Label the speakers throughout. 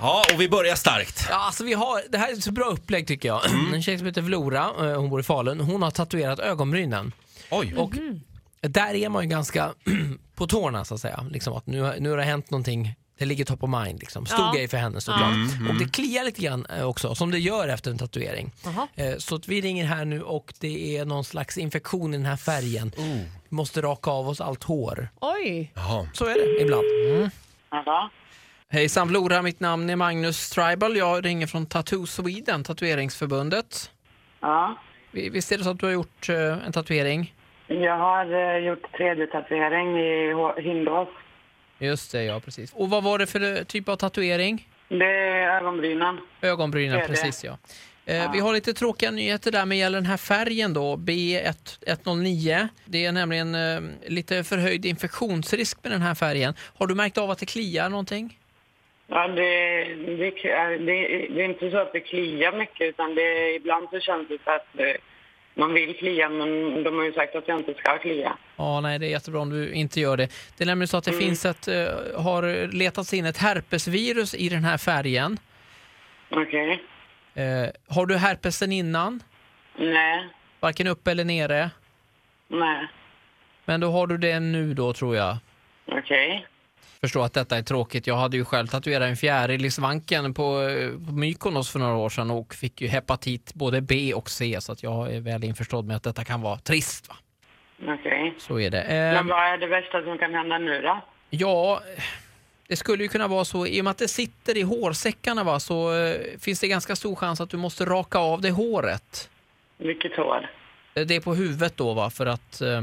Speaker 1: Ja, och vi börjar starkt.
Speaker 2: Ja, alltså vi har, det här är ett så bra upplägg tycker jag. En tjej som heter Flora, eh, hon bor i Falun, hon har tatuerat ögonbrynen.
Speaker 1: Oj.
Speaker 2: Och där är man ju ganska på tårna så att säga. Liksom att nu, har- nu har det hänt någonting, det ligger top of mind. Liksom. Stor
Speaker 3: Ja. Mm,
Speaker 2: grej för henne såklart. Och det kliar lite grann eh, också, som det gör efter en tatuering.
Speaker 3: Jaha.
Speaker 2: Eh, Så att vi ringer här nu och det är någon slags infektion i den här färgen.
Speaker 3: Oh.
Speaker 2: Vi måste raka av oss allt hår.
Speaker 3: Oj.
Speaker 1: Jaha.
Speaker 2: Så är det ibland.
Speaker 4: Hallå?
Speaker 2: Hejsan Flora, mitt namn är Magnus Tribal. Jag ringer från Tattoo Sweden, Tatueringsförbundet.
Speaker 4: Ja.
Speaker 2: Vi- Visst är det så att du har gjort eh, en tatuering?
Speaker 4: Jag har eh, gjort 3D-tatuering i H- Hindås.
Speaker 2: Just det, ja precis. Och vad var det för eh, typ av tatuering?
Speaker 4: Det är ögonbrynen.
Speaker 2: Ögonbrynen,
Speaker 4: Det är det.
Speaker 2: precis ja. Eh, Vi har lite tråkiga nyheter där med gäller den här färgen då, B1109. Det är nämligen eh, lite förhöjd infektionsrisk med den här färgen. Har du märkt av att det kliar någonting?
Speaker 4: Ja, det, det, eh, det, det är inte så att det kliar mycket, utan det, ibland så känns det så att eh, man vill klia, men de har ju sagt att jag inte ska klia.
Speaker 2: Ja, nej det är jättebra om du inte gör det. Det är nämligen så att det
Speaker 4: Mm.
Speaker 2: finns ett, eh, har letats in ett herpesvirus i den här färgen.
Speaker 4: Okej.
Speaker 2: Eh, har du herpes sen innan?
Speaker 4: Nej.
Speaker 2: Varken uppe eller nere?
Speaker 4: Nej.
Speaker 2: Men då har du det nu då tror jag.
Speaker 4: Okej.
Speaker 2: Förstår att detta är tråkigt. Jag hade ju själv tatuerat en fjäril i svanken på, eh, på Mykonos för några år sedan och fick ju hepatit både B och C så att jag är väl införstådd med att detta kan vara trist. Va?
Speaker 4: Okej.
Speaker 2: Så är det.
Speaker 4: Men
Speaker 2: Eh,
Speaker 4: vad är det värsta som kan hända nu då?
Speaker 2: ja, det skulle ju kunna vara så i och med att det sitter i hårsäckarna va, så eh, finns det ganska stor chans att du måste raka av det håret.
Speaker 4: Vilket hår?
Speaker 2: Eh, Det är på huvudet då va för att eh,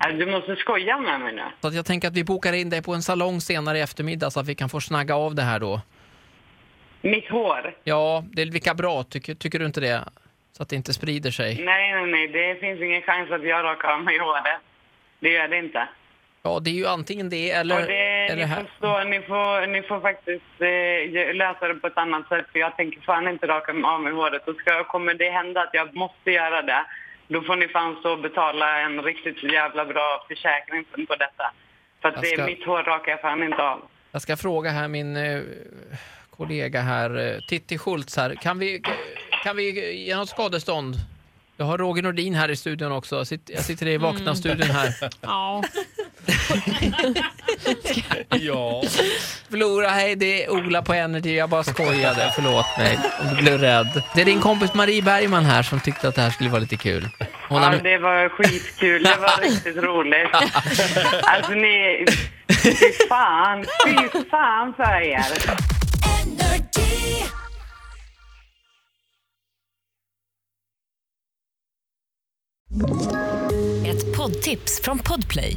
Speaker 4: Ja, Äh, Du måste skoja med mig nu.
Speaker 2: Så att jag tänker att vi bokar in dig på en salong senare i eftermiddag så att vi kan få snagga av det här då.
Speaker 4: Mitt hår?
Speaker 2: Ja, det är lika bra. Tycker, tycker du inte det? Så att det inte sprider sig.
Speaker 4: Nej, nej, nej. Det finns ingen chans att jag rakar av mig håret. Det gör det inte.
Speaker 2: Ja, det är ju antingen det eller,
Speaker 4: Och det,
Speaker 2: eller
Speaker 4: ni,
Speaker 2: här.
Speaker 4: får stå, ni, får, ni får faktiskt eh, lösa det på ett annat sätt för jag tänker fan inte raka mig av mig håret. Och ska, kommer det hända att jag måste göra det, då får ni fan stå och betala en riktigt jävla bra försäkring på detta. För att
Speaker 2: Jag
Speaker 4: det
Speaker 2: ska-
Speaker 4: är mitt hår rakar jag fan inte av.
Speaker 2: Jag ska fråga här min eh, kollega här, eh, Titti Schultz här. Kan vi, kan vi ge något skadestånd? Jag har Roger Nordin här i studion också. Jag sitter- Jag
Speaker 4: Mm.
Speaker 2: sitter i Vakna-studion här.
Speaker 3: Ja.
Speaker 1: Ja.
Speaker 2: Flora, hej, det är Ola på Energy. Jag bara skojade. Förlåt mig om du blev rädd. Det är din kompis Marie Bergman här som tyckte att det här skulle vara lite kul. Hon
Speaker 4: Ja,
Speaker 2: har...
Speaker 4: det var skitkul. Det var riktigt roligt. Alltså ni... Fy fan. Fy fan för er.
Speaker 5: Ett poddtips från Podplay.